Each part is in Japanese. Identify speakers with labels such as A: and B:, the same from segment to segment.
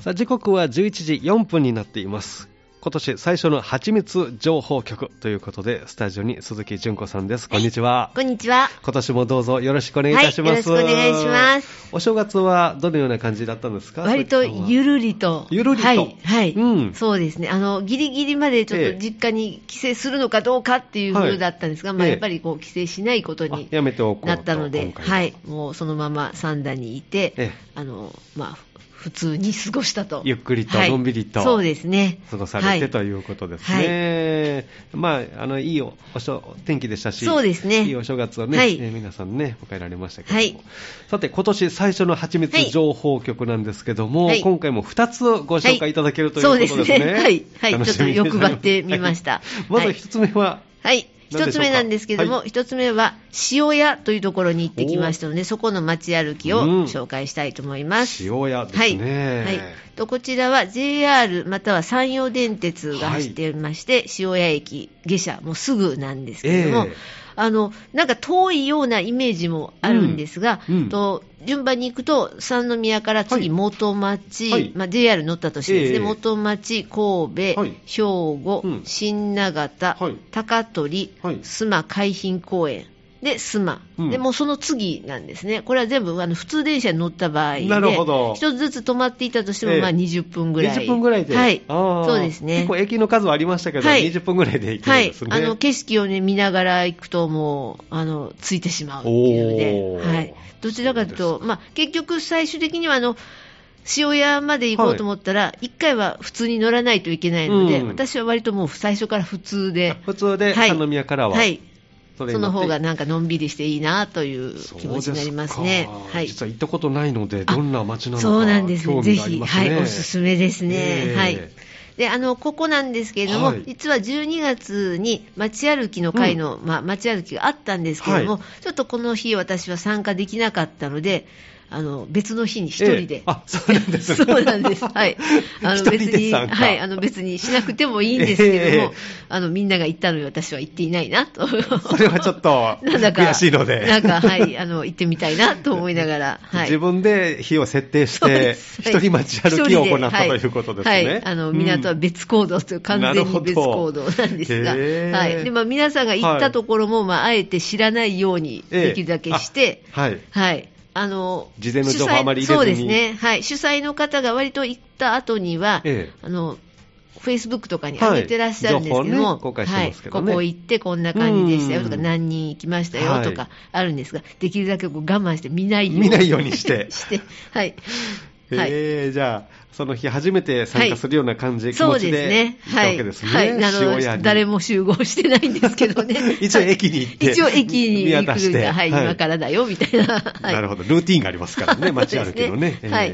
A: さあ時刻は11時4分になっています今年最初の蜂蜜情報局ということでスタジオに鈴木純子さんですこんにちは
B: こんにちは。
A: 今年もどうぞよろしくお願いいたします、
B: はいよろしくお願いします
A: お正月はどのような感じだったんですか
B: 割と
A: 鈴木さんは
B: ゆるりと。
A: ゆるりと
B: はい。はい。
A: うん
B: そうですね。あの、ギリギリまでちょっと実家に帰省するのかどうかっていう
A: はい
B: 風だったんですが、まあ
A: ええ
B: やっぱりこう帰省しないことに
A: あやめておこうと
B: なったので
A: 今、回は
B: はい。もうそのまま三田にい
A: ええ
B: て、あの、まあ、ふ普通に過ごしたと。
A: ゆっくりと
B: はい
A: のんびりと
B: そうですね。
A: 過ごされて、ということですね、まああのいいおおしょ天気でしたし
B: そうですね
A: いいお正月をね、
B: はい
A: えー皆さんね迎えられましたけれども、
B: は
A: さて今年最初の蜂
B: は
A: 蜜
B: い
A: 情報局なんですけども、
B: はい
A: 今回も2つご紹介いただけるというこ
B: は
A: とで
B: い
A: すね、
B: そうですねはいはい
A: 楽しみに
B: ちょっと欲張ってみました
A: はいまず
B: はい
A: 1つ目は、
B: はい。
A: 何でしょうか
B: 一つ目なんですけども、
A: は
B: 一つ目は、塩屋というところに行ってきましたので、そこの街歩きを
A: うん
B: 紹介したいと思います。
A: 塩屋で
B: は
A: す
B: い、
A: ね、
B: はい、とこちらは JR または山陽電鉄が走っていまして、塩谷駅下車もうすぐなんですけれども、
A: ええ
B: あのなんか遠いようなイメージもあるんですが、
A: うんうん
B: と順番に行くと三宮から
A: はい
B: 次元町、
A: はい
B: まあ、JR 乗ったとしてですね、
A: ええ
B: 元町神戸、
A: はい
B: 兵庫、
A: うん
B: 新長田、
A: はい
B: 高取、
A: はい
B: 須磨海浜公園で須磨、
A: うん
B: でもうその次なんですね、これは全部あの普通電車に乗った場合で、
A: なるほど
B: 一つずつ止まっていたとしても、
A: ええ
B: まあ20分ぐらい。
A: 20分ぐらいで、
B: はい。
A: あー
B: そうですね。
A: 結構駅の数はありましたけど、
B: はい
A: 20分ぐらいで行け
B: は
A: るん
B: い
A: です。ね、
B: あの、景色をね、見ながら行くともう、あの、ついてしまうっていう
A: お
B: の
A: ー
B: で、はい。どちらかというと、まあ、結局最終的にはあの、塩屋まで行こうと思ったら、一、回は普通に乗らないといけないので、
A: うん
B: 私は割ともう最初から普通で、
A: 普通で
B: はい
A: 三宮からは、
B: はい。
A: それ
B: そ
A: に乗
B: の
A: って
B: 方がなんかのんびりしていいなという気持ちになりますね。
A: そうですか
B: はい。
A: 実は行ったことないので、
B: あ
A: どんな街なのか、
B: そうなんです
A: 興
B: ね。
A: 味
B: ぜ
A: があり
B: ひ、
A: ます
B: は
A: ね。
B: い、おすすめですね。
A: ええ
B: はい。で、あの、ここなんですけれども、
A: はい
B: 実は12月に街歩きの会の、まあ、街歩きがあったんですけれども、
A: は
B: ちょっとこの日私は参加できなかったので、あの、別の日に一人で。
A: ええあ、そうなんです、ね。
B: そうなんです。はい。 あ
A: 一人
B: の
A: で
B: 別に、
A: 参加
B: はい。あの別にしなくてもいいんですけれども、
A: ええ
B: あのみんなが行ったのに私は行っていないなと。
A: それはちょっと
B: なんだか、
A: 悔しいので。
B: なんか、はい。あの、行ってみたいなと思いながら、はい。
A: 自分で日を設定し
B: そう
A: て
B: で、す
A: 一人街歩きを行ったということですね。
B: はいはい、あの港は別行動という、完
A: なる
B: 全
A: ほ
B: に
A: ど
B: 別行動なんですが、
A: へー
B: はいでまあ、皆さんが行ったところも、まあ、あえて知らないように
A: ええ
B: できるだけして、
A: うんはい。
B: はい、あの
A: 事前の情報
B: 主催
A: あまり入れずに
B: そうですね、はい、主催の方が割と行った後には、
A: ええ
B: あのフェイスブックとかに上げてらっしゃるんですけど
A: はい情報
B: も、
A: をね公開してますけどね
B: はいここ行ってこんな感じでしたよとか、
A: うん
B: 何人行きましたよと
A: はい
B: かあるんですが、できるだけこう我慢して見ないように
A: 見ないようにして。
B: して、はい。はい
A: えー、じゃあ、その日初めて参加するような感じ、気
B: そ
A: 持
B: う
A: ち
B: で
A: で
B: すね。
A: 行った
B: は
A: わ
B: い。
A: けですね。
B: はい。あ
A: 塩屋
B: の、
A: に。
B: 誰も集合してないんですけどね
A: 一応駅に行って
B: はい 一応駅に
A: 見
B: 行
A: 渡
B: く
A: し
B: ん
A: て
B: だ。はい。
A: はい
B: 今からだよ、みたいな。はい
A: なるほど、ルーティーンがありますからね、
B: そうです
A: 街歩きのね。えー
B: はい。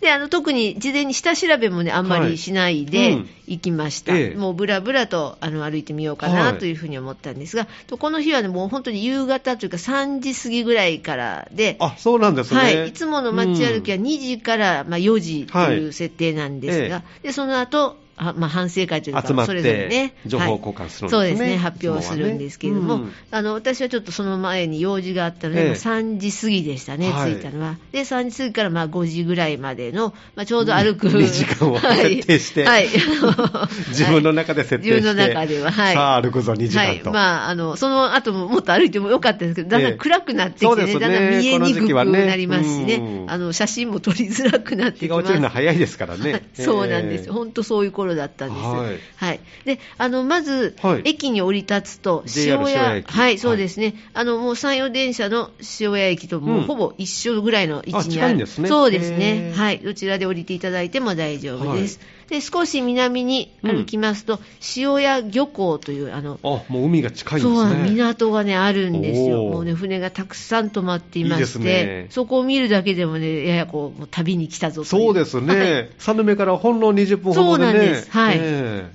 B: で、あの、特に事前に下調べもね、あんま
A: はい
B: りしない
A: うん
B: で行きました。
A: ええ
B: もうブラブラと、あの、歩いてみようか
A: は
B: な、
A: い
B: というふうに思ったんですが、とこの日はね、もう本当に夕方というか3時過ぎぐらいからで、
A: あ、そうなんですね。
B: はい、いつもの街歩きは2時から、まあ、4時という設定なんですが、
A: はい
B: でその後あまあ反省会というか、
A: 集まって
B: それぞれね、
A: 情報
B: はい
A: 交換するんですね
B: そうですね、発表するんですけれど
A: い
B: も、
A: つもはね
B: あの私はちょっとその前に用事があったの
A: ええ
B: で、まあ3時過ぎでしたね、
A: はい
B: 着いたのは。で、3時過ぎからまあ5時ぐらいまでの、まあ、ちょうど歩く、
A: うん二時間を設定して
B: はい、はい
A: 自分の中で設定して、
B: 自分の中では、はい、
A: さあ歩くぞ2時間と。
B: はい、まあ、あの、その後ももっと歩いてもよかったんですけど、だんだん暗くなってきて、
A: ええ
B: ね
A: そうですね
B: だんだん見えにくくなりますし
A: この時期はね
B: ね
A: う、ん
B: あの、写真も撮りづらくなっ
A: 日
B: てき
A: が
B: ま
A: 落ちる
B: す
A: のは。早いですからね。
B: そうなんです
A: えー
B: よ、本当そういう頃だったんです。
A: は
B: はいい、で、あのまず、
A: はい
B: 駅に降り立つと、
A: JR
B: 谷
A: 塩谷駅
B: はい、そうですね、あのもう山陽電車の塩谷駅とも
A: う
B: うんほぼ一緒ぐらいの位
A: あ
B: 置に
A: 近
B: ある、
A: いんですね
B: そうです
A: へ
B: ね
A: ー、
B: はい、どちらで降りていただいても大丈夫です。で、少し南に歩きますと、塩谷漁港という、あの
A: あ、もう海が近いんで
B: そうな
A: す
B: の
A: ね。
B: 港がね、あるんですよ。
A: おー
B: もうね、船がたくさん泊まっていまして、
A: いいですね
B: そこを見るだけでもね、ややこう、もう旅に来たぞという
A: そうです
B: はい
A: ね。三宮からほんの20分ほどでね。
B: そうなんですはい
A: え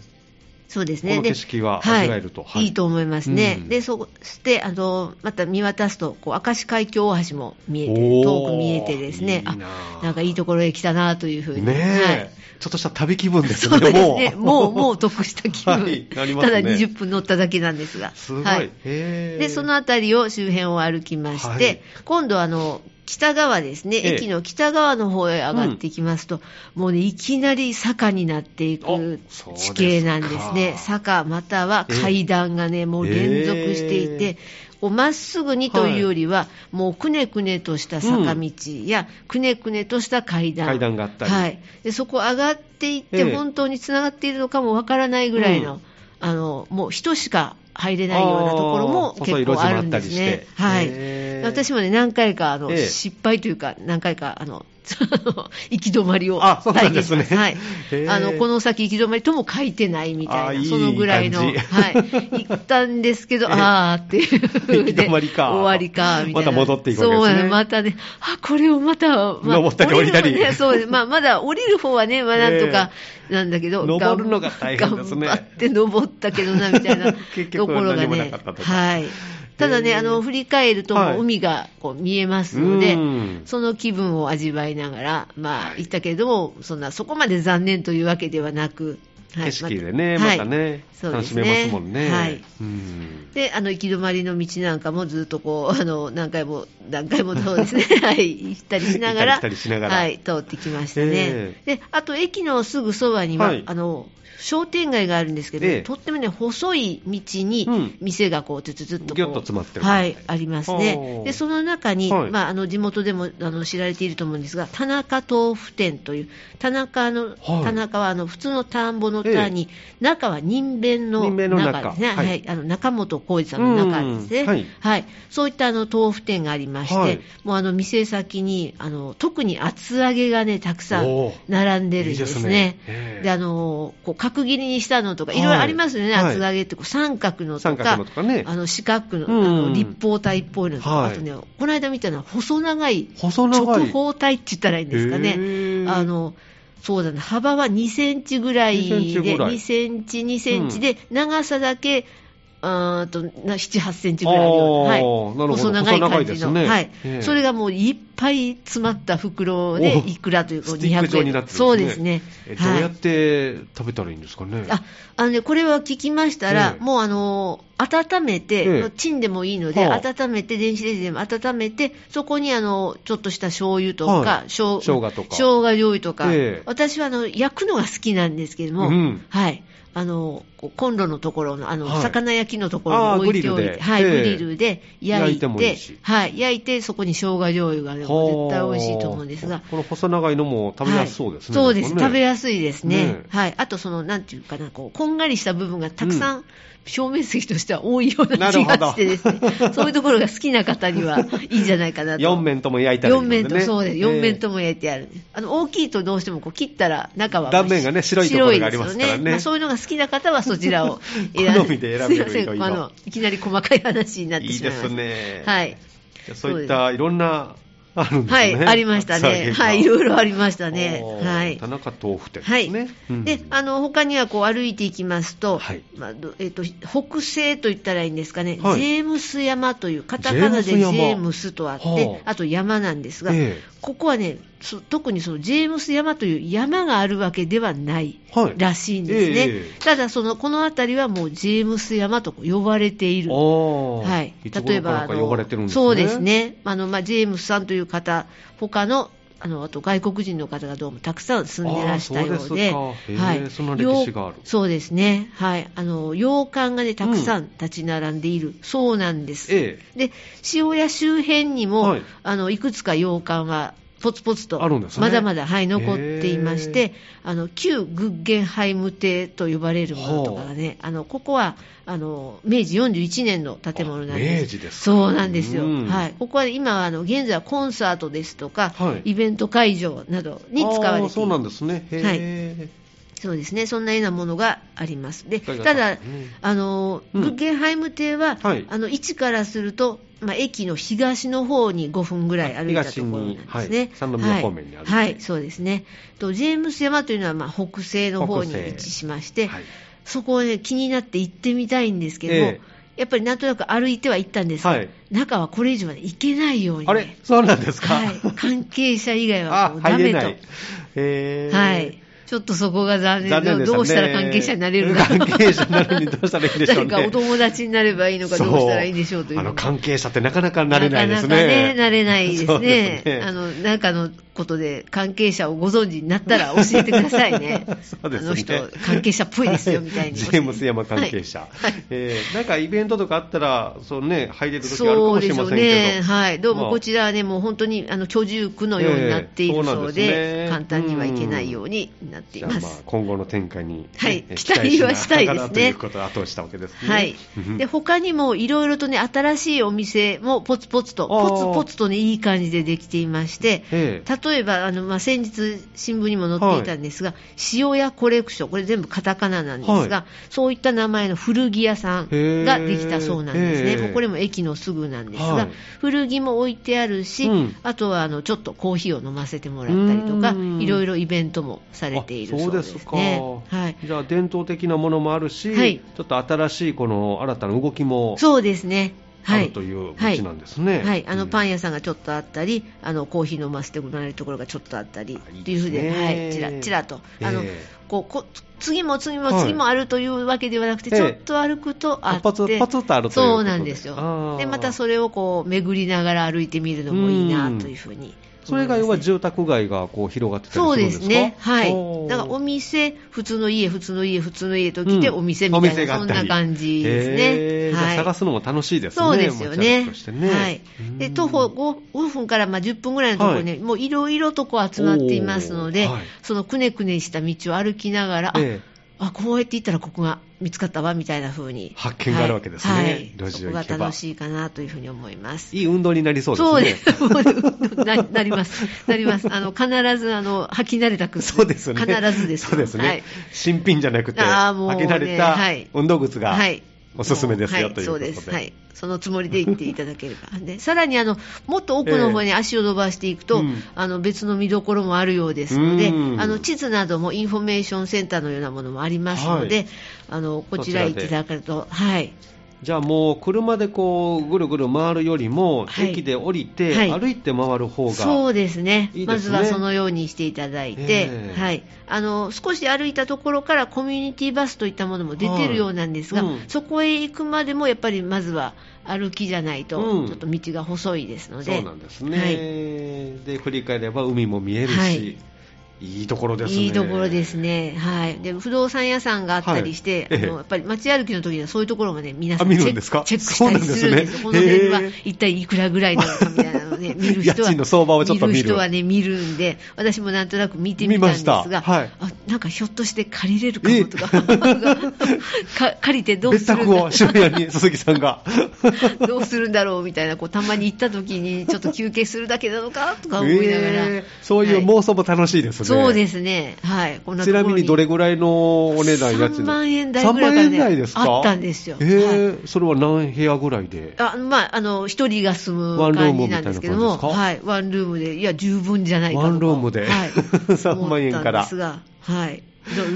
B: そうです
A: こ
B: ね。
A: の景色が
B: ではい
A: 味わえるとはい
B: い、いと思いますね。
A: うん
B: で、そして、あの、また見渡すと、こう、明石海峡大橋も見えて、
A: おー
B: 遠く見えてです
A: い
B: ね、
A: いなあ
B: あ、なんかいいところへ来たなというふう
A: え
B: に。
A: ねえ、
B: はい
A: ちょっとした旅気分です
B: そ
A: ね、
B: うです
A: もう。
B: ね。もう、もう得した気分。
A: はいなります
B: た
A: ね
B: だ20分乗っただけなんですが。
A: すごい。
B: はい
A: へえ
B: でその辺りを周辺を歩きまして、
A: はい
B: 今度あの、北側ですね、
A: ええ
B: 駅の北側の方へ上がっていきますと、もうね、いきなり坂になっていく
A: あそうです
B: 地
A: か
B: 形なんですね、坂または階段がね、もう連続してい
A: え
B: て
A: え、
B: こうまっすぐにというよりは、もうくねくねとした坂道や、くねくねとした階段。
A: 階段があったり
B: はい、でそこ上がっていっ
A: ええ
B: て、本当につながっているのかもわからないぐらいの、
A: うん
B: あのもう人しか入れないようなところも
A: あー細い
B: 結構あるんです
A: 路地もあったりして。
B: ねは
A: へ
B: い、
A: ー
B: 私もね、何回かあの、
A: ええ
B: 失敗というか、何回かあの 行き止まりを
A: あそうなん
B: 体
A: で
B: 験
A: す
B: し
A: ね
B: ます。はい
A: へ、ー
B: あのこの先行き止まりとも書いてないみたい
A: あー
B: な、そのぐらいの、
A: いい感じ
B: はい、行ったんですけど、
A: ええ
B: あーっていう風
A: 行き止まりか
B: 終わりかみたい
A: また
B: な。
A: 戻っていくわけですね
B: そうまたね、あこれをまた、まあ
A: 登ったり降りたり
B: るのはねそうです。まあまだ降りる方はね、まあなんとかなんだけど、
A: ええ登るのが大変ですね
B: 頑張って登ったけどなみたいな
A: 結
B: と
A: 局
B: こ
A: は
B: ろ
A: 何
B: が
A: もな
B: ね
A: かったと、か
B: はい。ただ
A: へ
B: ね、
A: え
B: あの振り返るとも
A: はいう
B: 海がこう見えますので、
A: うん
B: その気分を味わいながら、まあ、行ったけれども、そんな、そこまで残念というわけではなく、は
A: 景
B: い
A: 色でね、
B: は
A: ま
B: い
A: たね、
B: そうで
A: 楽
B: す
A: し
B: ね
A: めますもんね。
B: はい
A: うん
B: で、あの、行き止まりの道なんかもずっとこう、あ の、何回も、何回もそうですね、 はい、行ったりしながら、
A: 行ったり来たりしながら
B: はい、通ってきました
A: え
B: ね。で、あと、駅のすぐそばには、
A: はい
B: あの、商店街があるんですけど、
A: ええ
B: とってもね、細い道
A: うん
B: に、店がこう、つつつっとこう、
A: ぎゅっと詰まってる感
B: は
A: じ
B: い、あります
A: おー
B: ね。で、その中に、
A: はい
B: まあ、あの、地元でも、あの、知られていると思うんですが、田中豆腐店という、田中の、
A: はい
B: 田中は、あの、普通の田んぼの田に、中は人弁の
A: 人弁の中
B: 中ですね。
A: は
B: はいい、あの中本浩二さんの中ですね、
A: うんは
B: はいいそういったあの豆腐店がありまして、
A: はい
B: もうあの店先にあの特に厚揚げがねたくさん
A: おー
B: 並んでるんで
A: いい
B: すね。
A: ですねええ
B: であのこう角切りにしたのとか、いろい
A: はい
B: ろありますよね、
A: はい
B: 厚揚げってこう三角のと
A: 三角
B: か
A: のとかね
B: あの四角の,、
A: うん
B: あの立方体っぽいのとか、
A: はい
B: あとね、この間見たのは細長い
A: 細長い
B: 直方体って言ったらいいんですか
A: へ
B: ね。
A: ー
B: あのそうだな幅は2センチぐらいで
A: 2センチぐらい
B: 2センチ2センチで、長さだけうーんとな7、8センチぐらいあるような
A: あーな
B: はい
A: るほど
B: 細長
A: 細
B: い
A: 長い
B: 感
A: で
B: じ
A: す
B: の、
A: ね
B: はい
A: ええ
B: それがもういっぱい詰まった袋で
A: お
B: いくらというか
A: スティック
B: 200
A: 状
B: 円
A: になってるんですね
B: そうですね、
A: えど
B: は
A: う
B: い
A: やって食べたらいいんですかね。
B: ああのね、これは聞きましたら、
A: ええ
B: もうあの温めて、
A: ええ
B: チンでもいいので、
A: はあ
B: 温めて、電子レンジでも温めて、そこにあのちょっとした醤油と
A: は
B: か
A: い、
B: しょう
A: 生姜とか
B: 生姜醤油とか、
A: ええ
B: 私はあの焼くのが好きなんですけども、
A: うん
B: はい、あのこうコンロのところの、あの
A: はい
B: 魚焼きのとこ
A: ああ
B: ろに置いておい
A: グリルで
B: て、はい
A: ええ
B: グリルで
A: 焼
B: 焼
A: い
B: い
A: て
B: て、
A: もいいし
B: はい、焼いて、そこに生姜醤油が、
A: は
B: ね、絶
A: あ
B: 対美味しいと思うんですが。
A: この細長いのも食べやすそうですね。
B: はいそうです、食べ
A: や
B: やすいですね。
A: ねえ
B: はい。あと、その、なんていうかな、こう、こんがりした部分がたくさん、表面積としては多いような気
A: なるほど
B: がしてですね。 そういうところが好きな方にはいいんじゃないかなと。
A: 4面とも焼いたらいい
B: 四
A: ので、ね。
B: 面と、そうです。四面
A: も。
B: とも焼いてある。あの、大きいとどうしてもこう切ったら中は。
A: 断面がね白いところがありますからね
B: 白いですよまあそういうのが好きな方はそちらを 選
A: 好みで選べ る
B: すいま
A: 色
B: せん。
A: 々
B: あの、いきなり細かい話になって
A: いい
B: しま
A: で
B: いました。
A: すね。
B: はい。
A: じゃあそういったいろんな、あるんです
B: は
A: ね。
B: い、ありま した
A: 厚揚げ
B: ね。
A: が
B: はい、いろいろありましたね
A: お。ー
B: はい。
A: 田中豆腐店
B: は
A: で
B: い
A: すね。うん
B: であの他にはこう歩いていきますと,、
A: はい
B: まあどえっと北西といったらいいんですかね、
A: はい
B: ジェームス山という、カタカナで
A: ジ
B: ジ
A: ェームス
B: ェ
A: 山
B: ームスとあって、
A: はあ
B: あと山なんですが、
A: ええ
B: ここはね、そ特にそのジェームス山という山があるわけではない
A: はい
B: らしいんですね、
A: ええ
B: ただその、この辺りはもうジェームス山と呼ばれている。
A: おー
B: はい、
A: いつ頃からか
B: あの
A: 呼ばれてるんですね。
B: そうです。ね、あのまあ、ジェームスさんという方、他のあのあと外国人の方がどうもたくさん住んでらしたよ
A: あーそう
B: う
A: で
B: で、
A: すかへーそんな歴史がある
B: 洋そうですね、はい、あの洋館が、ね、たくさん立ち並んでいる、そうなんです。
A: え
B: で塩谷周辺にも、
A: はい
B: い、あのいくつか洋館はポツポツと
A: あるんですね
B: まだまだ、はい、残っていまし
A: へ
B: てあの旧グッゲンハイム邸と呼ばれるものとかがねあのここはあの明治41年の建物なんです
A: あ明治ですか
B: そうなんですよ、
A: うん
B: はい、ここは今はあの現在はコンサートですとか、
A: はい
B: イベント会場など
A: え
B: に使われてい
A: あー
B: る
A: そうなんですね。へえ。
B: そうですね、そんなようなものがあります。で
A: だから
B: ただ、
A: うん
B: あの
A: うん
B: グッゲンハイム邸は、
A: はい
B: あの位置からすると、まあ、駅の東の方に5分ぐらい歩いたところなんですね。
A: 東にはい三宮方面にある
B: はい、はいそうですね。とジェームス山というのは、まあ、北西の方に
A: 北西
B: 位置しまして、
A: はい
B: そこを、ね、気になって行ってみたいんですけど、
A: ええ
B: やっぱりなんとなく歩いては行ったんですが、
A: はい
B: 中はこれ以上まで行けないように、ね。
A: あ れそうなんですか。
B: はい、関係者以外は
A: あ
B: もうダ
A: 入れ
B: メ
A: な
B: と
A: い。へえ。
B: はい、ちょっとそこが残念
A: 残念でしたね
B: どうしたら関係者になれるか
A: 関係者になるにどうしたらいいんでしょう
B: 誰
A: ね。
B: かお友達 になればいいのか、
A: そ
B: どうしたらいいんでしょうという
A: あの関係者ってなかなかなれないですね。
B: かなかね、なれないで す
A: そう
B: ね。
A: です。
B: あの、なんかのことで関係者をご存知になったら教えてくださいね
A: そうですね
B: あの人、関係者っぽいですよ、みたいに。
A: ジェームス山関係者、
B: はい
A: えーなんかイベントとかあったら、そうね、入れる時あるか
B: そ
A: も
B: う
A: し
B: で
A: れ
B: しょ
A: ま
B: う
A: せんけ
B: ね、
A: ど、
B: はい、どう
A: まあ
B: もこちらはね、もう本当にあの居住区のようになってい
A: ええ
B: る
A: そうなんで
B: そう
A: すね
B: で、簡単には行けないようになってい
A: じゃあ
B: ま
A: まあ
B: す。
A: 今後の展開に、
B: はい
A: えー
B: 期待はした
A: 期待
B: いですね
A: ながらということを後押ししたわけですね。
B: はい
A: うん、
B: で他にもいろいろとね、新しいお店もポツポツと、
A: あー
B: ポツポツとね、いい感じでできていまして、
A: ええ
B: 例えばあの、まあ、先日、新聞にも載っていたんですが、塩屋コレクション、これ全部カタカナなんですが、
A: は
B: そういった名前の古着屋さんができたそうなんです
A: へ
B: ね、
A: ー
B: もうこれも駅のすぐなんですが、
A: はい
B: 古着も置いてあるし、
A: うん
B: あとはあのちょっとコーヒーを飲ませてもらったりとか
A: うーん、
B: いろいろイベントもされているそうです
A: あ
B: ね。
A: か、
B: はい
A: じゃあ伝統的なものもあるし、
B: はい
A: ちょっと新しいこの新たな動きも
B: そうですね、
A: あ
B: は
A: る
B: い、
A: という街なんですね。
B: はい、あのパン
A: 屋、
B: 屋さんがちょっとあったり、あのコーヒー飲ませてもらえるところがちょっとあったり
A: あいい
B: というふうで、
A: ですね
B: はい、ちらちらと、あの
A: ええ
B: こうこ次も次も
A: はい
B: 次もあるというわけではなくて、
A: ええ
B: ちょっと歩くとあって、
A: パツパツとあるということ
B: そうなんですよ、でまた
A: そ
B: それをこう巡りながら歩いてみるのもいいなというふうに、
A: それ以外は住宅街がこう広がってたりする
B: そうん
A: で
B: です
A: か
B: すね、はい
A: お、ー
B: だからお店、普通の家、普通の家、普通の家と来て、
A: うん
B: お店みたいな、
A: お
B: そん
A: 店があった
B: な
A: り
B: 感じで
A: へー
B: すね。
A: じゃあ
B: はい
A: 探すのも楽しいですね。
B: そうですよ
A: 街歩
B: ね
A: きとしてね
B: はい、で徒歩 5, 分からまあ10分ぐらいのところに、
A: は
B: もういろいろとこう集まっていますので、
A: おーはい
B: そのくねくねした道を歩きながら、あ
A: え
B: あこうやって行ったらここが見つかったわみたいな風に
A: 発見があるわけですね
B: はいは
A: 路
B: い、
A: 地
B: そ
A: を
B: こ
A: 行けば
B: が楽しいかなというふうに思います。
A: えいい運動になりそうですね。
B: そうです ななります、なります、あの必ずあの履き慣れた靴、
A: そうですね。
B: 必ずです、
A: そうですね。
B: はい
A: 新品じゃなくて、
B: あーもうね
A: 開けられた
B: はい
A: 運動靴が
B: はい
A: おすすめですよ、
B: はい
A: ということで。
B: そうです、はい、そのつもりで行っていただければ、でさらにあのもっと奥の方に足を伸ばしていくと、
A: うん
B: あの別の見どころもあるようですので、
A: うん
B: あの地図などもインフォメーションセンターのようなものもありますので、
A: はい
B: あのこちら行っていただけると、はい、
A: じゃあもう車でこうぐるぐる回るよりも、
B: はい
A: 駅で降りて、
B: はい
A: 歩いて回る方が
B: そうですね
A: いいで
B: ますず
A: ね
B: はそのようにしていただいて、
A: ええ
B: はい、あの少し歩いたところからコミュニティバスといったものも出てるようなんですが、
A: はいうん
B: そこへ行くまでもやっぱりまずは歩きじゃない
A: うん
B: と、ちょっと道が細いですので。
A: そうなんですね、
B: はい
A: で振り返れば海も見えるし、
B: はいい、
A: いところですね
B: いいところですね、はい、で不動産屋さんがあったりし
A: は
B: て、
A: い
B: あ
A: ええ
B: のやっぱり街歩きの時にはそういうところもね、皆さ
A: あ
B: ん
A: 見
B: チェ
A: るん
B: ッ
A: で
B: ク
A: す
B: チ
A: か
B: ェックしたりするんです、
A: そう
B: こ
A: な
B: の
A: んですね
B: 辺は
A: へえ
B: 一体いくらぐらいなのかみたいなのね、見る 人
A: 家
B: は、
A: 賃の相場をちょっと見る
B: 人はね、見るんで、私もなんとなく見てみたんですが、
A: 見ましたはい
B: あなんかひょっとして借りれるかもとか、 か借りてどう
A: 別
B: するん
A: 宅
B: だ
A: を渋谷に鈴木さんが
B: どうするんだろうみたいな、こうたまに行った時に、ちょっと休憩するだけなのかとか思いながら。
A: えーそういう
B: はい
A: 妄想も楽しいですね、
B: そうですね、はい、こんなと
A: ち
B: ころ
A: なみにどれぐらいのお値段家賃
B: 3万円台ぐら
A: 3
B: いから
A: 万
B: ね
A: 円台ですか
B: あったんですよ
A: えーそれは何部屋ぐらいで
B: あまあ、あの一人が住む
A: ワンルー
B: 感
A: ム
B: じ
A: みた
B: ないん
A: な感
B: で
A: じ
B: す
A: で
B: け
A: す
B: ど
A: か
B: も、はい、ワンルームで、いや、十分じゃないかと
A: ワンルームで
B: はい
A: 3万円から
B: 思ったんですが、はい、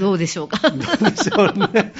B: どどうでしょうか。
A: どうでしょうね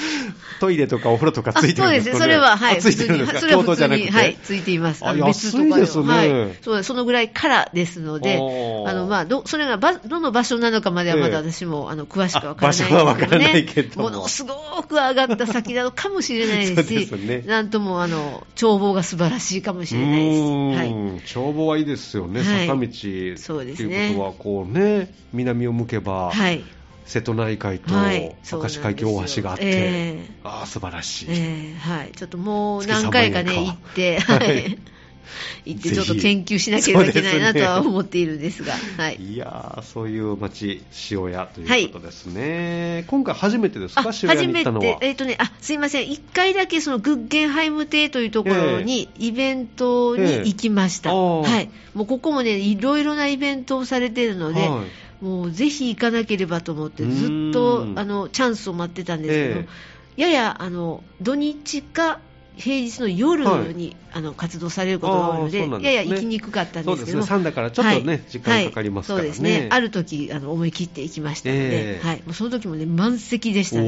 A: トイレとかお風呂とかついて
B: あ
A: るん
B: そう
A: で
B: ですす
A: か、
B: ね、
A: ね、
B: それは、はい、
A: あついてるんで
B: 普
A: すか
B: 通それは
A: 共通
B: 普
A: じ
B: 通
A: ゃなく
B: に、
A: て、
B: はい、ついています。
A: あ
B: の別とか
A: 安いですね
B: はい、そうそのぐらいからですので、
A: おー
B: あのまあどそれがばどの場所なのかまではまだ
A: ええ
B: 私も、あの詳しく
A: あ
B: は分からないですけど、
A: 場所は分か
B: ね、
A: らないけども
B: ものすごく上がった先なのかもしれないですし、
A: そうですね
B: なんともあの眺望が素晴らしいかもしれないです。はい
A: うん眺望はいいですよね、
B: はい
A: 坂道っていう
B: そうですね
A: ことはこう、ね、南を向けば、
B: はい
A: 瀬戸内海と
B: はいそう
A: 明
B: なんです
A: 石
B: よ
A: 海峡大橋があって、
B: ええ
A: ああ、素晴らしい、
B: ええはい、ちょっともう何回かね、
A: 月3万円
B: 行っ
A: か
B: て、
A: はい
B: はい、 行って、ちょっと
A: ぜひ
B: 研究しなければいけないなと
A: そうで
B: は
A: すね
B: 思っているんですが、はい、
A: い、やー、そういう町、塩屋ということですね、今回初めてですか、塩屋に行ったのは
B: 初めて、。えっ、とね、あ、すいません、一回だけそのグッゲンハイム亭というところに、イベントに行きました。
A: ええあー
B: はい。もうここもね、いろいろなイベントをされているので、
A: はい
B: もうぜひ行かなければと思って、
A: うー
B: ず
A: ん
B: っとあのチャンスを待ってたんですけど、
A: え
B: ややあの土日か平日の夜に、あの活動されることが多いの
A: あー
B: で
A: そうなんですね
B: やや行きにくかったんですけども
A: そうですね三だからちょっとね時間かかりますからね
B: はいそうですねある時あの思い切って行きましたので、
A: ええ
B: はい、もうその時もね満席でしたね。
A: お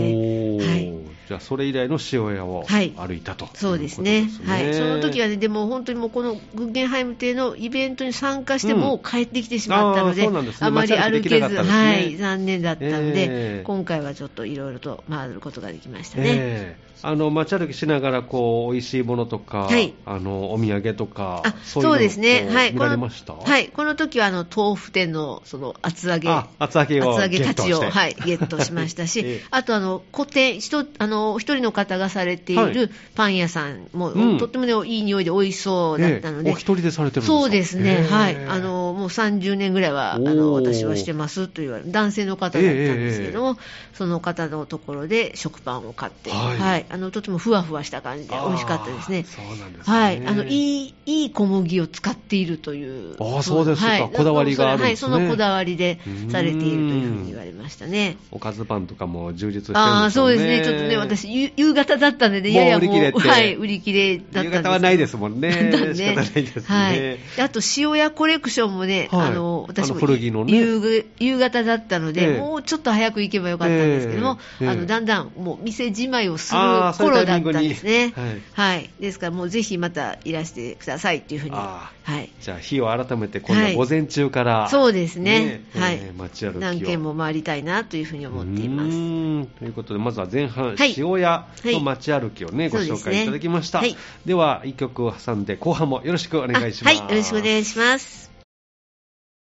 A: ー
B: はい
A: じゃあそれ以来の塩屋を
B: はい
A: 歩いたと、
B: そうですね
A: いことです
B: はい、その時は
A: ね
B: ね、でも本当にもうこのグッゲンハイム邸のイベントに参加して、
A: うん
B: もう帰ってきてしまったので、
A: あーそうなんですね
B: あまり歩
A: 街歩き
B: けず、
A: できなかったんですね
B: はい、残念だったので、
A: ええ
B: 今回はちょっといろいろと回ることができましたね。
A: ええあの街歩きしながらこう美味しいものとか、
B: はい
A: あのお土産とか
B: あ
A: いの
B: そうですね、
A: こう
B: はい、
A: 見
B: こ
A: られ
B: の
A: ました
B: はい、この時はあの豆腐店のその厚揚げ、
A: あ厚揚げを
B: 厚揚げたちを、
A: ゲットして
B: はい、ゲットしましたし、
A: ええ
B: あとあの個展一あの、一人の方がされてい
A: はい
B: るパン屋さんも、
A: うん
B: とっても、ね、いい匂いで美味しそうだったので、
A: ええお一人でされてるんですか
B: そうですね、
A: ええ
B: はい、あのもう30年ぐらいはあの
A: おー
B: 私はしてますと言われ男性の方だったんですけども、その方のところで食パンを買って、
A: は
B: はいいあのとてもふわふわした感じで美味しかったですね
A: あ。ーそうなんですね
B: はい、あのいいいい小麦を使っているという、
A: あーそうですか
B: はい
A: こだわりがあるんですね
B: はい、そのこだわりでされているというふうに言われましたね。
A: おかずパンとかも充実してるんですよね
B: ああそうですね、ちょっとね、私、ゆ夕方だったんでね、ややもう、
A: もう売り切れて
B: はい、売り切れだったん
A: 夕
B: ですけど
A: 方はないですもんね
B: だね
A: 仕方ないですね、
B: はい、であと塩屋コレクションもね、
A: はい
B: あの私
A: あの
B: も
A: 古着のね
B: 夕ぐ夕方だったの
A: え
B: で、
A: え
B: もうちょっと早く行けばよかったんですけども、
A: ええええ
B: あのだんだんもう店じまいをする
A: あーそういうタ
B: 頃だ
A: イミ
B: っ
A: ング
B: たん
A: に
B: ですね。
A: はい
B: はい、ですから、もうぜひまたいらしてくださいっていうふうに、
A: あ
B: はい、
A: じゃあ日を改めて今度
B: は
A: はい午前中から、
B: そうですね
A: え
B: はい
A: えー街歩きを
B: 何軒も回りたいなというふうに思っていま
A: う
B: す。
A: ーんということでまずは前半、
B: はい
A: 塩屋
B: は
A: の
B: い
A: 街歩きをね、ご
B: そうで
A: 紹
B: すね
A: 介いただきました、
B: はい
A: では1曲を挟んで後半もよろしくお願いします
B: あはい、よろしくお願いします。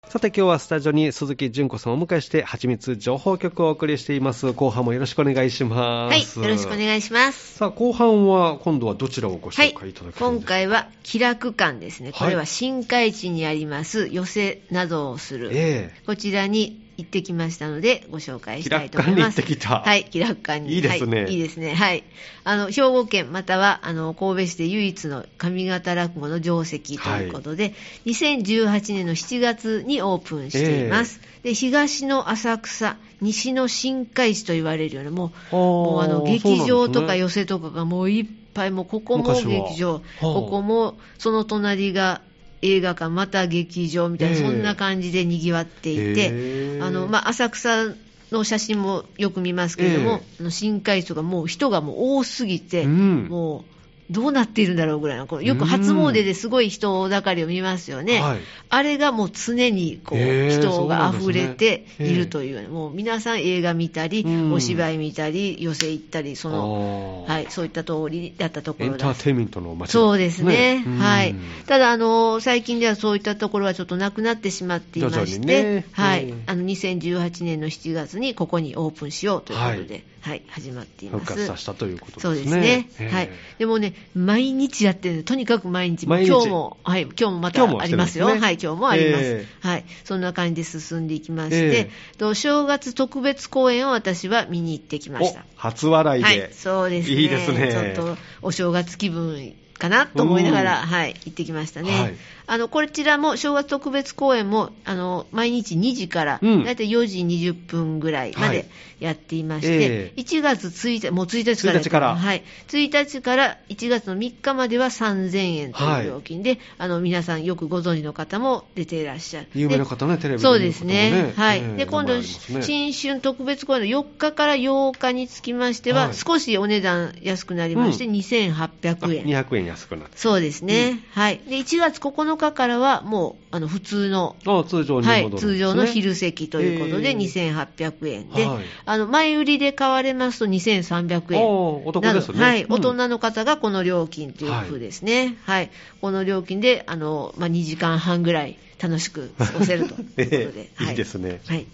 A: さて今日はスタジオに鈴木純子さんをお迎えしてはちみつ情報局をお送りしています後半もよろしくお願いしま
B: はい、
A: す
B: よろしくお願いします。
A: さあ後半は今度はどちらをご
B: は
A: 紹
B: い
A: 介いただ、けるんで
B: 今
A: すか、
B: 回は気楽館ですね、
A: はい
B: これは深海地にあります寄せなどをする、
A: え
B: こちらに行ってきましたので、ご紹介したいと思い
A: 気楽館に行
B: ま
A: っ
B: す。
A: てきた
B: はい、気楽館に。
A: いいですね
B: はい、いいですね。はい。あの、兵庫県または、あの、神戸市で唯一の上方落語の定石ということで、2018年の7月にオープンしています。で、東の浅草、西の深海市と言われるような、もう、
A: え
B: もうあの劇場とか寄
A: せ
B: せとかがもういっぱい、もうここも
A: 昔は
B: 劇場、
A: あ
B: ここもその隣が映画館、また劇場みたいな、
A: ええ
B: そんな感じでにぎわっていて、あのまあ、浅草の写真もよく見ますけれども
A: え、
B: あの新海とかもう人がもう多すぎて、
A: うん
B: もうどうなっているんだろうぐらいの、このよく初詣ですごい人だかりを見ますよね。
A: はい
B: あれがもう常にこう
A: へー
B: 人が溢
A: そう
B: れて
A: なんですね
B: いるという、もう皆さん映画見たり、
A: うん
B: お芝居見たり、寄席行ったり、その、
A: の
B: はい、そういった通りだったとこ
A: エン
B: ろ
A: タ
B: だ
A: ーテインメントの街だ
B: そうですね、
A: うん
B: はい、ただあの、最近ではそういったところはちょっとなくなってしまっていま
A: 徐
B: して、
A: 々にね
B: はい
A: うん
B: あの2018年の7月にここにオープンしようということで、はい始まっていま
A: 復
B: す。
A: 活させたということ
B: そう
A: で
B: ですす
A: ね
B: ね。、
A: ええ
B: はい、でもね、毎日やってるんでとにかく毎日、
A: 毎日
B: 今日も、はい、今日もまた
A: 今日も
B: あ
A: して
B: り
A: るん
B: ま
A: です
B: す
A: ね
B: よ、はい、今日もあります、
A: え
B: はい、そんな感じで進んでいきまし
A: え
B: て、と正月特別公演を私は見に行ってきました。
A: お初笑いで、
B: はい、そうですね。
A: いいですね
B: ちょっとお正月気分かなと思いながら、はい、行ってきましたね。
A: はい
B: あの、こちらも正月特別公演も、あの、毎日2時から、
A: うん
B: だいたい4時20分ぐらいま
A: はい
B: でやっていまして、
A: ええ
B: 1月1日、もう1日からやっ
A: 1日
B: て
A: から
B: はい。1日から1月の3日までは3000円という料金で、あの、皆さんよくご存知の方も出ていらっしゃる。
A: 有名な
B: で
A: 方ね、テレビで
B: そう
A: 見
B: で
A: る
B: す
A: こともね
B: ね、はい
A: ええ
B: で
A: 名前
B: 今
A: あ
B: 度、
A: りますね
B: 新春特別公演の4日から8日につきましては、
A: はい
B: 少しお値段安くなりまして、
A: うあ
B: 2800円。
A: 200円安くなって
B: そうですね、はい、で1月9日からはもうあの普通の、
A: あ通常に
B: は
A: 戻る
B: い
A: ん、です、ね
B: 通常の昼席ということ
A: え
B: で、
A: ー
B: 2800円で、
A: はい
B: あの前売りで買われますと2300円。
A: おーお得
B: な
A: で
B: ど
A: すね。
B: はい、
A: うん
B: 大人の方がこの料金というふうですね、はいこの料金であの、まあ、2時間半ぐらい楽しく過ごせるということ
A: え
B: で、
A: え
B: はい
A: いですね
B: はい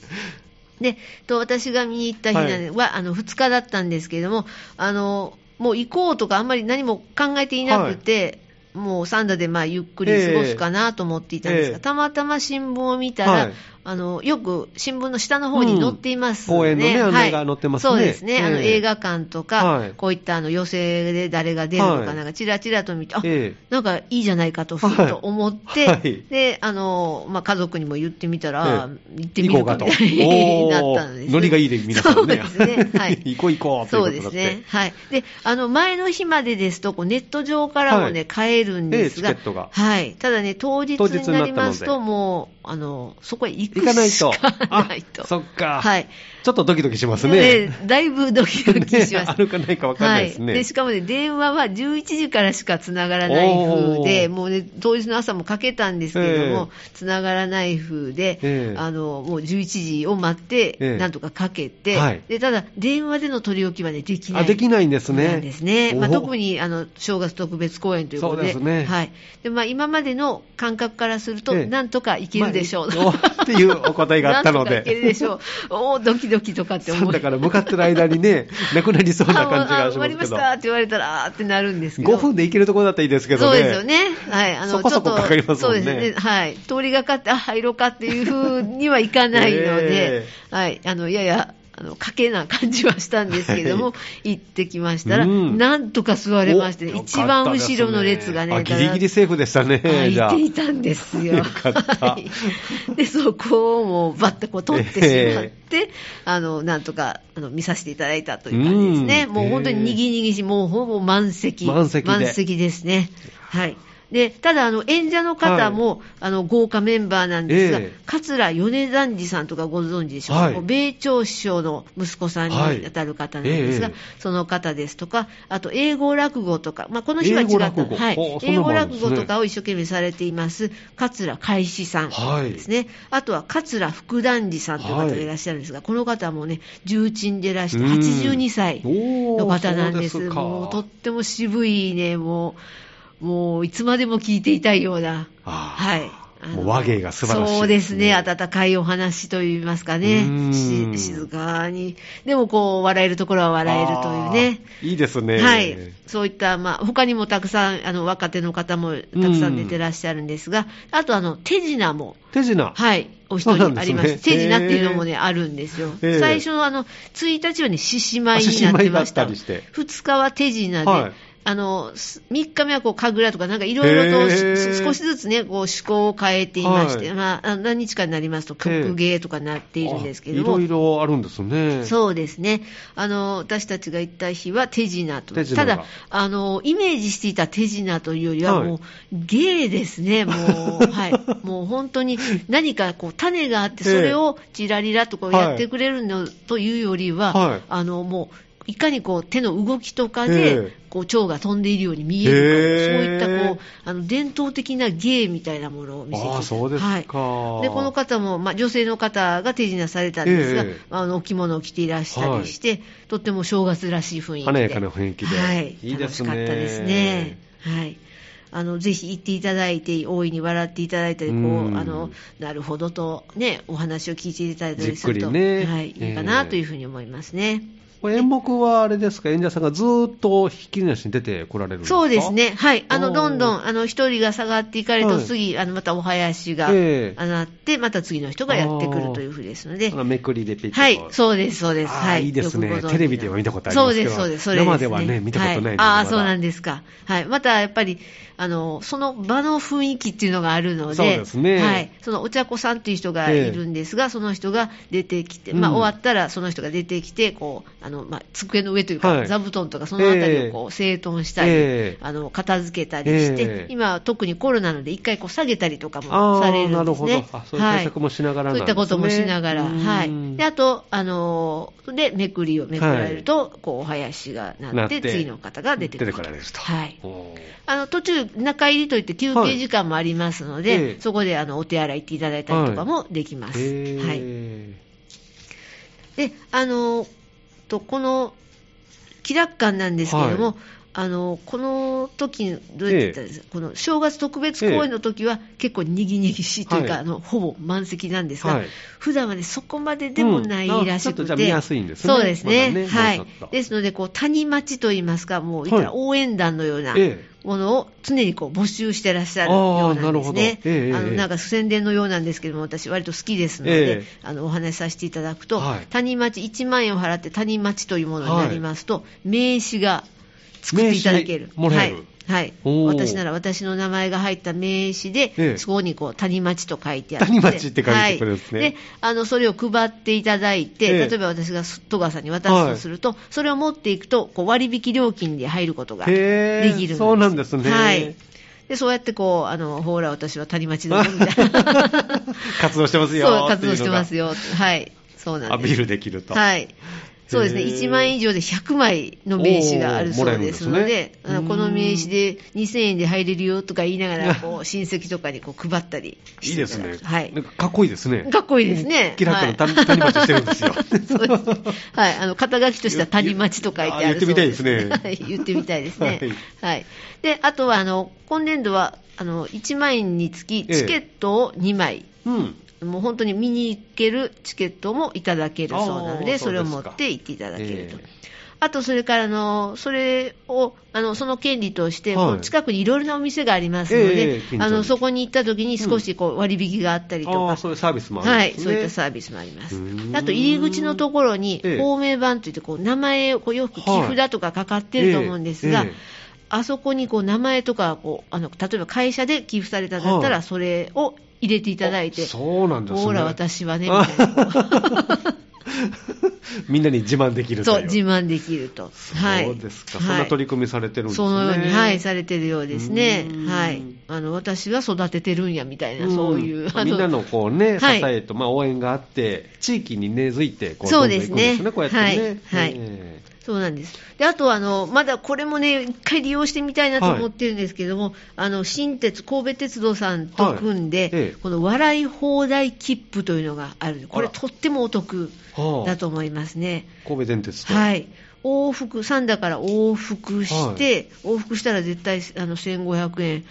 B: でと私が見に行った日なんでは、あの2日だったんですけれども、あのもう行こうとか、あんまり何も考えていなくて、もう三田でまあゆっくり過ごすかなと思っていたんですが、
A: ええ
B: たまたま新聞を見たら、
A: はい
B: あのよく新聞の下の方に載っています
A: うん公園のね案内が
B: はい
A: 載ってますね
B: そうですね、あの
A: ええ
B: 映画映画館とか、
A: はい
B: こういったあの寄席で誰が出るの
A: は
B: か
A: い
B: なんか、ちらちらと見て、あ
A: ええ
B: なんかいいじゃないかと、ふっと思って、
A: はいはい
B: であのまあ、家族にも言ってみた
A: ええ
B: ら、あ行ってみよう かみたい
A: 行
B: に
A: こう か
B: なっ
A: と
B: たんで
A: お
B: す、
A: ーノリがいいで皆さんね
B: そうですね、はい
A: 行こう行こうと
B: そう
A: い
B: で
A: うこ
B: す
A: とだって
B: ね、はい、であの前の日までですと、こうネット上からも、
A: は
B: ね
A: い
B: 買えるんですが、
A: ええチケットが
B: はい、ただね、当日
A: 当日に
B: に
A: なった
B: な
A: ので
B: りますと、もうあの、そこへ行
A: 行
B: く
A: かない
B: し
A: と。
B: か ないと。
A: あそっか。
B: はい。
A: ちょっとドキドキしますね。
B: ねだいぶドキドキします。
A: ね歩かないか分かんないですね。
B: はい、でしかもね、電話は11時からしかつながらない風で、
A: おー
B: もうね、当日の朝もかけたんですけれども、つながらない風で、
A: ええ
B: あのもう11時を待って、
A: ええ
B: なんとかかけて、
A: はい
B: で、ただ、電話での取り置きは、ね、できない。
A: あ、できないんですね。
B: なんですね、まあ、
A: お
B: 特にあの正月特別公演ということで、
A: そうですね
B: はいでまあ、今までの感覚からすると、
A: ええ
B: なんとかいけるでしょう、
A: まあおっていうお答えがあったの
B: なんとかいける
A: で。
B: でしょう、おお、ドキドキとかって
A: さ
B: 思
A: ん
B: う
A: だから向かってる間に ね、なくなりそうな感じ
B: あもうあ
A: がし
B: 終
A: ます
B: わり
A: け
B: まし
A: ど。
B: たって言われたら、あーってなるんですけど。
A: 5分で行けるところだったらいいですけど
B: そう
A: ね。
B: ですよね。はい。あ
A: そこそこかかりますもんね
B: そうですね。はい。通りがかって、あ、入ろうかっていうふうにはいかないので
A: え、
B: はい。あの、やや、あの、賭けな感じはしたんですけれ ども、
A: は
B: 行ってきましたら、
A: うん
B: なんとか座れましてね、
A: およかった
B: 一番後ろの列がね、
A: ですあギリギリセーフでしたね。
B: 空い
A: じゃあ
B: て。いたんですよ。
A: よかった
B: はいで、そこをもうバッとこう取ってしまって、あの、なんとか、あの、見させていただいたという感じですね。
A: うん
B: もう本当ににぎにぎし、もうほぼ満席。
A: 満席で
B: ですね。はい。で、ただ、あの、演者の方も、あの、豪華メンバーなんですが、
A: ええ
B: 桂米山次さんとかご存知でしょうか、
A: はい
B: もう米朝首相の息子さんに当たる方なんですが、
A: はいえ
B: その方ですとか、あと、英語落語とか、まあ、この日は違っ
A: 英語
B: た。
A: 落語
B: はい
A: お。そん
B: 英
A: なのもあ
B: 語
A: るんで
B: 落
A: すね
B: 語とかを一生懸命されています、桂海志さん
A: はい
B: ですね、あとは桂福団次さんという方がいらっしゃるんですが、この方はもうね、重鎮でいらして、
A: うん
B: 82歳の方なんです、
A: おーそうですか
B: もうとっても渋いね、もう、もういつまでも聞いていたいような、
A: あー
B: はい。あの
A: もう和芸が素晴らしい
B: そうですね、
A: うん
B: 温かいお話といいますか
A: う
B: ね、
A: ん
B: し静かに、でもこう、笑えるところは笑えるというね。
A: あー。いいですね。
B: はい、そういった、まあ、他にもたくさんあの若手の方もたくさん出てらっしゃるんですが、あとあの手品も、
A: 手品。
B: はい、お一
A: そうなん
B: 人
A: ですね
B: あります手品っていうのも、ね、あるんですよ、
A: ええ
B: 最初のあの1日は、ね、獅子舞になってました
A: あ獅子舞だったりして
B: 2日は手品で、
A: はい
B: あの3日目はこう神楽とか、なんかいろいろとし、
A: へえ
B: 少しずつ、ね、こう趣向を変えていまして、
A: はい
B: まあ、あの何日かになりますと、曲芸とかなっているんですけど
A: あ
B: も。
A: いろいろあるんですね。
B: そうですね。あの、私たちが行った日は手品と。
A: 手品
B: た
A: が
B: だ、あの、イメージしていた手品というよりは、
A: はい
B: もう、芸ですね、も う、はい。もう本当に何かこう、種があって、
A: ええ
B: それをちらりらとこう
A: はい
B: やってくれるのというよりは、
A: はい
B: あの、もう、いかにこう手の動きとかで、
A: ええ
B: こう蝶が飛んでいるように見えるか、そう
A: へえ
B: いったこうあの伝統的な芸みたいなものを見せてい
A: あ
B: た
A: あ、そうですか。
B: はい、でこの方も、まあ、女性の方が手品されたんですが、
A: ええ
B: あのお着物を着ていらしたりして、とっても正月らしい雰囲気で
A: 華やかな雰囲気で
B: はい、
A: いいですね
B: 楽しかったですね。はいあのぜひ行っていただいて、大いに笑っていただいたり、こう
A: うん
B: あのなるほどと、ね、お話を聞いていただいたりすると、
A: じっくりね
B: はい、いいかなというふうに思いますね。
A: これ演目はあれですか、演者さんがずーっとひっきりなしに出てこられるんですか
B: そうです。ね、はい、あの
A: おー
B: どんどんあの一人が下がっていかれると、
A: はい
B: 次、あのまたお囃子が
A: ええ
B: あのあって、また次の人がやってくるというふうですので
A: あ、のめくりでピッと。
B: はい、そうです、そうです。
A: あー
B: はい。
A: いいですね
B: よくご存知な
A: テレビでは見たことありますけど
B: そうです、そうです。それですね
A: 生ではね見たことないので
B: はああ
A: ま
B: ー、
A: だ
B: そうなんですか。はい。また、やっぱり、あの、その場の雰囲気っていうのがあるので、
A: そうですね
B: はい。そのお茶子さんっていう人がいるんですが、その人が出てきて、まあ、
A: うん
B: 終わったら、その人が出てきて、こう、あの、まあ、机の上というか、
A: はい
B: 座布団とか、そのあたりをこう、整頓したり、
A: ええ
B: あの、片付けたりして、
A: ええ
B: 今、特にコロナので、一回こう、下げたりとかも
A: あ
B: される
A: あ、
B: んですね。
A: なるほど。あそういう
B: は
A: 対策もしながらなん
B: そうい
A: ですね
B: ったこともしながら、
A: うん
B: はい、であと、あのーでめくりをめくられると、こうお囃子がな
A: な
B: っ、
A: ってて
B: 次の方が出てくる
A: 出てこられると
B: はい、
A: おー
B: あの途中、中入りといって休憩時間もありますので、
A: はいええ
B: そこであのお手洗い行っていただいたりとかもできます。
A: へ
B: はい
A: ー
B: であのとこの気楽館なんですけれども、
A: はい
B: あのこの時どうやって言ったんですか、この正月特別公演の時は結構にぎにぎしいというか、
A: はい
B: あのほぼ満席なんですが、
A: はい
B: 普段はねそこまででもないらしくて、
A: うんあちょっとじゃあ見やすいんですね
B: そうですね,、
A: まだね
B: はい
A: もうちょっと
B: ですのでこう谷町といいますかもう言ったら
A: はい
B: 応援団のような、
A: え
B: ものを常にこう募集してらっしゃるようなん
A: あ
B: ですね。
A: ーなるほどええ
B: あの
A: ええ
B: なんか宣伝のようなんですけども、私、割と好きですの
A: え
B: で、
A: え
B: あのお話しさせていただくと、
A: はい
B: 谷町1万円を払って谷町というものになりますと、名刺が作っていただける。
A: 名刺もらえる
B: はいはい、
A: おー
B: 私なら私の名前が入った名刺で、
A: ええ
B: そこにこう谷町と書いてあって、
A: 谷町って書いてくれるんですね
B: はいであのそれを配っていただいて、
A: ええ
B: 例えば私が戸川さんに渡すとすると、それを持っていくとこう割引料金で入ることが
A: へー
B: できるんです
A: そうなんですね
B: はいで、そうやってこう、あの、ほら、私は谷町だ ぞみたいな。
A: 活動してますよ
B: そう、活動してます
A: よ。
B: よ。はい。そうなんで
A: ア
B: す。
A: ピールできると。
B: はい。そうですね。
A: へー
B: 1万円以上で100枚の名刺があるそうです
A: おー
B: の
A: もらえるんで
B: で
A: す、ね
B: あのこの名刺で2000円で入れるよとか言いながら、こう、親戚とかにこう配ったり
A: い
B: して
A: い
B: い
A: ですね。
B: はい
A: な。んかかっこいいですね。
B: かっこいいですね。
A: キラキラ
B: はい
A: 谷谷町してるんです よ。
B: そうですはい、あの肩書きとしては谷町と書いてあるそう
A: 言ってみたいですね
B: はい 言ってみたいで すね。はい、であとはあの今年度はあの1万円につきチケットを2枚、
A: うん。
B: もう本当に見に行けるチケットもいただけるそうなの
A: あー
B: で、それを
A: そう
B: 持
A: ですか
B: って行っていただけると。
A: ええ
B: あと、それからあの、それを、あの、その権利として、
A: はい
B: こう近くにいろいろなお店がありますの
A: ええ
B: で、
A: 近所に
B: あの、そこに行った時に少しこう割引があったりとか、
A: ああ、そういうサービスもあるん
B: は
A: で
B: い、
A: すね。
B: そういったサービスもありま
A: う
B: す
A: ー。ん
B: あと入り口のところに
A: ええ
B: 芳名板といってこう名前をこうよく寄付だとかかかってると思うんですが、
A: ええええ
B: あそこにこう名前とかこうあの例えば会社で寄付されたんだった
A: は
B: ら
A: い
B: それを入れていただいて、
A: あそうなんですね。
B: ほら私はねみたいなこ
A: みんなに自慢でき
B: う
A: ると
B: そう
A: いう。
B: 自慢できると。はい
A: そうですか。そんな取り組みされてるんですね。
B: そのように、はい、されてるようですね
A: うーん。
B: はい。あの、私は育ててるんや、みたいな、
A: ん
B: そういう、あの、
A: みんなのこうね、支
B: はい
A: えと、まあ、応援があって、地域に根付いて、こう、
B: そうですね
A: どんどん行くんですね、こうやってね。
B: はいはい
A: え
B: そうなんです。で、あとはあの、まだこれもね、一回利用してみたいなと
A: はい
B: 思ってるんですけども、あの、新鉄、神戸鉄道さんと組んで、
A: はいええ
B: この笑い放題切符というのがある。これ
A: あら
B: とってもお得
A: えはあ
B: だと思いますね。
A: 神戸電鉄と。
B: はい。往復、3だから往復して、往復したら絶対あの1500円。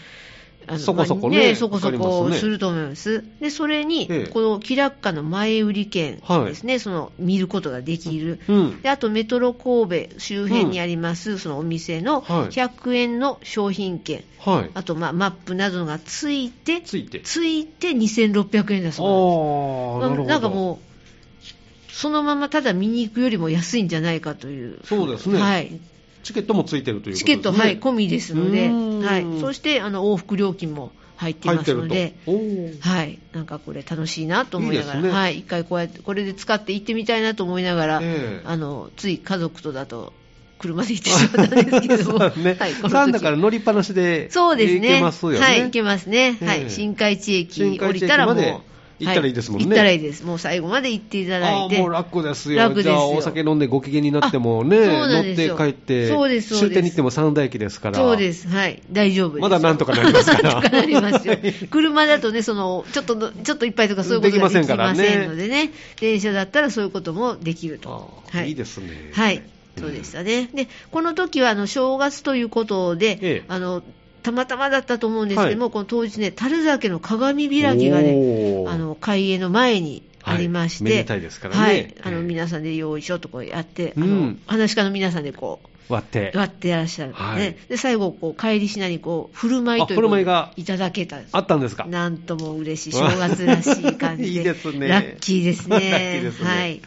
B: あの
A: そこそこね
B: まあそこ
A: かか
B: そ
A: ります
B: こ
A: ね
B: すると思います。で、それに、
A: ええ
B: この気楽館の前売り券ですね、その見ることができる。
A: うん。
B: であとメトロ神戸周辺にあります、そのお店の
A: はい
B: 100円の商品券、
A: はい。
B: あとまあマップなどがついて、
A: ついて。
B: ついて2600円だ
A: あ
B: そう
A: あ、
B: な
A: なるほど。
B: んです。なんかもう、そのままただ見に行くよりも安いんじゃないかという、
A: そうですね
B: はい、
A: チケットもついてるということですね。
B: チケット、はい、込みですので、
A: うーん
B: はい、そしてあの往復料金も入ってい
A: 入
B: ま
A: って
B: す
A: る
B: の
A: と。
B: で。
A: お ー
B: はい、なんかこれ楽しいなと思いながら
A: いいですね
B: はい、一回こうやってこれで使って行ってみたいなと思いながら、
A: ええ
B: あのつい家族とだと車で行ってしまったんですけども、
A: そうね。
B: はい、こ
A: サン
B: の
A: だから
B: 時
A: 乗りっぱなしで。
B: そうですね
A: 行けますよね。
B: はい、行けますね、
A: ええ
B: はい、新海地
A: 新
B: 駅降
A: 海地
B: り
A: 駅
B: たらも
A: ま
B: う
A: で行ったらいいですもんね
B: は行ったらいいです、もう最後まで行っていただい
A: あ
B: て、
A: あもう楽ですよ
B: 楽ですよ
A: じゃあお酒飲んでご機嫌になってもね
B: あそう
A: 乗
B: な
A: っ
B: んです
A: て
B: よ
A: 帰って
B: そうですそうです
A: 終点に行っても三大駅ですから
B: そうですす、はい、大丈夫です。
A: まだなんとかなりますから
B: とかなりますよ。車だとね、その、ちょっとの、ちょっといっぱいとかそういうこ
A: で
B: とがで
A: き
B: き
A: ませんから
B: ま
A: ね
B: せんのでね。電車だったらそういうこともできる
A: あ
B: と。
A: あ
B: はい
A: いですね
B: はい。そうでしたね。で、この時は、あの、正月ということで、
A: ええ
B: あの、たまたまだったと思うんですけども、
A: は
B: この当日ね、樽酒の鏡開きがね
A: お、ー
B: あの、開営の前に、ありまして、
A: はいめでたいですからね
B: はい、あ
A: ええ
B: の皆さんでよいしょとこうやって、あ
A: う
B: の
A: ん
B: 話し家の皆さんでこう
A: 割って
B: 割ってらっしゃるので,、
A: はい
B: で最後こう帰りしなにこう振る舞いという
A: あ振る舞い
B: のを
A: が
B: いただけたんです
A: あったんですか
B: なんとも嬉しい正月らしい感じで
A: いいですね
B: ラッキーです
A: ラ
B: ね
A: ッキーですね
B: はい、
A: へ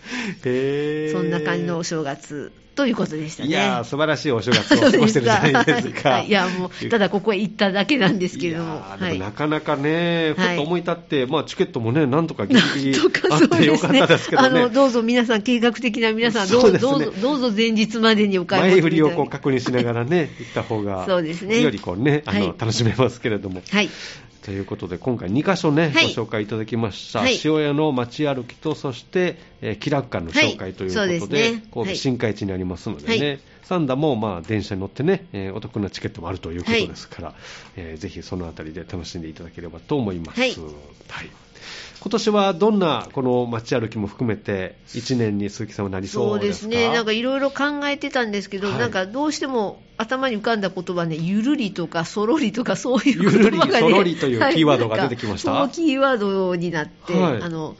A: え
B: そんな感じのお正月ということでしたね
A: いやー素晴らしいお正月を過ごしてるじゃないですか
B: はい、いやもうただここへ行っただけなんですけれども
A: いやーでも
B: はい
A: なかなかね、
B: は
A: ふ
B: い
A: っと思い立って、まあ、チケットもね、なんとかギリギリ
B: とか
A: あ
B: そ
A: っ
B: う
A: てよかったですけど
B: あの
A: ね、
B: どうぞ皆さん、計画的な皆さんど
A: そう
B: う、
A: ですね
B: どうぞどうぞ前日までにお買い物
A: 前振りをこう
B: いただ
A: 確認しながらね、行った方が、
B: そうですね
A: よりこうね、あの
B: はい
A: 楽しめますけれども。
B: きはい、
A: ということで、今回2箇所ね、
B: はい
A: ご紹介いただきました、
B: はい
A: 塩屋の街歩きと、そして、えー、気楽館の紹介ということで、
B: はいそうですね
A: 神
B: は
A: 戸
B: い
A: 新海地にありますのでね、
B: はい
A: サンダも、まあ、電車に乗ってね、えーお得なチケットもあるということですから、えーぜひそのあたりで楽しんでいただければと思います。
B: はい
A: はい今年はどんなこの街歩きも含めて、1年に鈴木さんはなり
B: そ
A: そうう
B: で
A: ですすか
B: ね、なんかいろいろ考えてたんですけど、
A: はい
B: なんかどうしても頭に浮かんだ言葉ね、ゆるりとかそろりとかそういう
A: ゆるり
B: 言葉がね、
A: そろりという
B: は
A: キーワードが出てきました
B: なんかそのキーワードになって、
A: はい
B: あの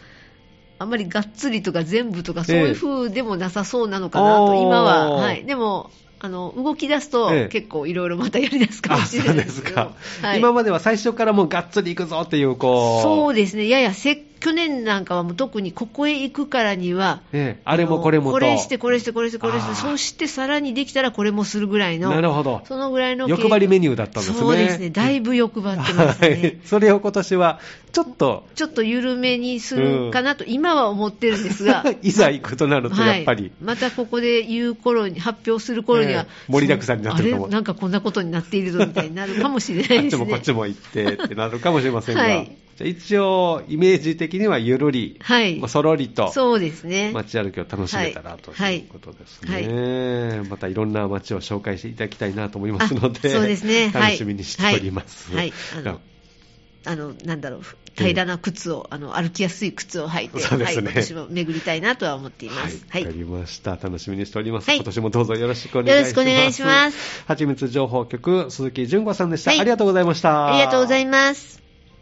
B: あんまりがっつりとか全部とか、
A: え
B: そう
A: え
B: いう風でもなさそうなのかなと、今は、
A: あー
B: はい、でもあの動き出す
A: ええ
B: と、結構いろいろまたやり出すかも
A: あ
B: し
A: そ
B: れな
A: う
B: い
A: で
B: ですすけど。
A: か、
B: はい
A: 今までは最初からもうがっつり行くぞっていう、こう、
B: そうですね、ややせっ去年なんかはもう特にここへ行くからには、
A: ええあれもこれもと
B: これして、これして、これして、これし
A: あー
B: て、そしてさらにできたらこれもするぐらいの、
A: なるほど。
B: そのぐらいの
A: 欲張りメニューだったんですね。
B: そうですね、だいぶ欲張ってますね。
A: はい。それを今年は、ちょっと、
B: ちょっと緩めにするかなと、今は思ってるんで すが、
A: いざ行くとなると、やっぱり、
B: またここで言う頃に、発表する頃には、
A: ええ盛りだくさんになってるかも
B: あれ、なんかこんなことになっているぞみたいになるかもしれな
A: あ
B: い
A: っ
B: で
A: ち
B: す
A: もこっ
B: ね。
A: ちも行ってってなるかもしれませんが、
B: はい
A: じゃあ一応、イメージ的にはゆるり、
B: はい
A: まあ、そろりと
B: そうですね。
A: 街歩きを楽しめたらと
B: はい
A: いうことですね、またいろんな街を紹介していただきたいなと思いま
B: あ
A: すので、
B: そうですねはい
A: 楽しみにしております。
B: はいはいあのあのなんだろう平らな靴を、あの歩きやすい靴を履いて、
A: そうですね
B: はい、私も巡りたいなとは思っています。
A: は、
B: はいい、
A: わかりました。楽しみにしております。
B: はい
A: 今年もどうぞよろしくお願いします。。
B: よろしくお願いします
A: はちみつ情報局、鈴木純子さんでした。
B: はい
A: ありがとうございました。
B: ありがとうございます。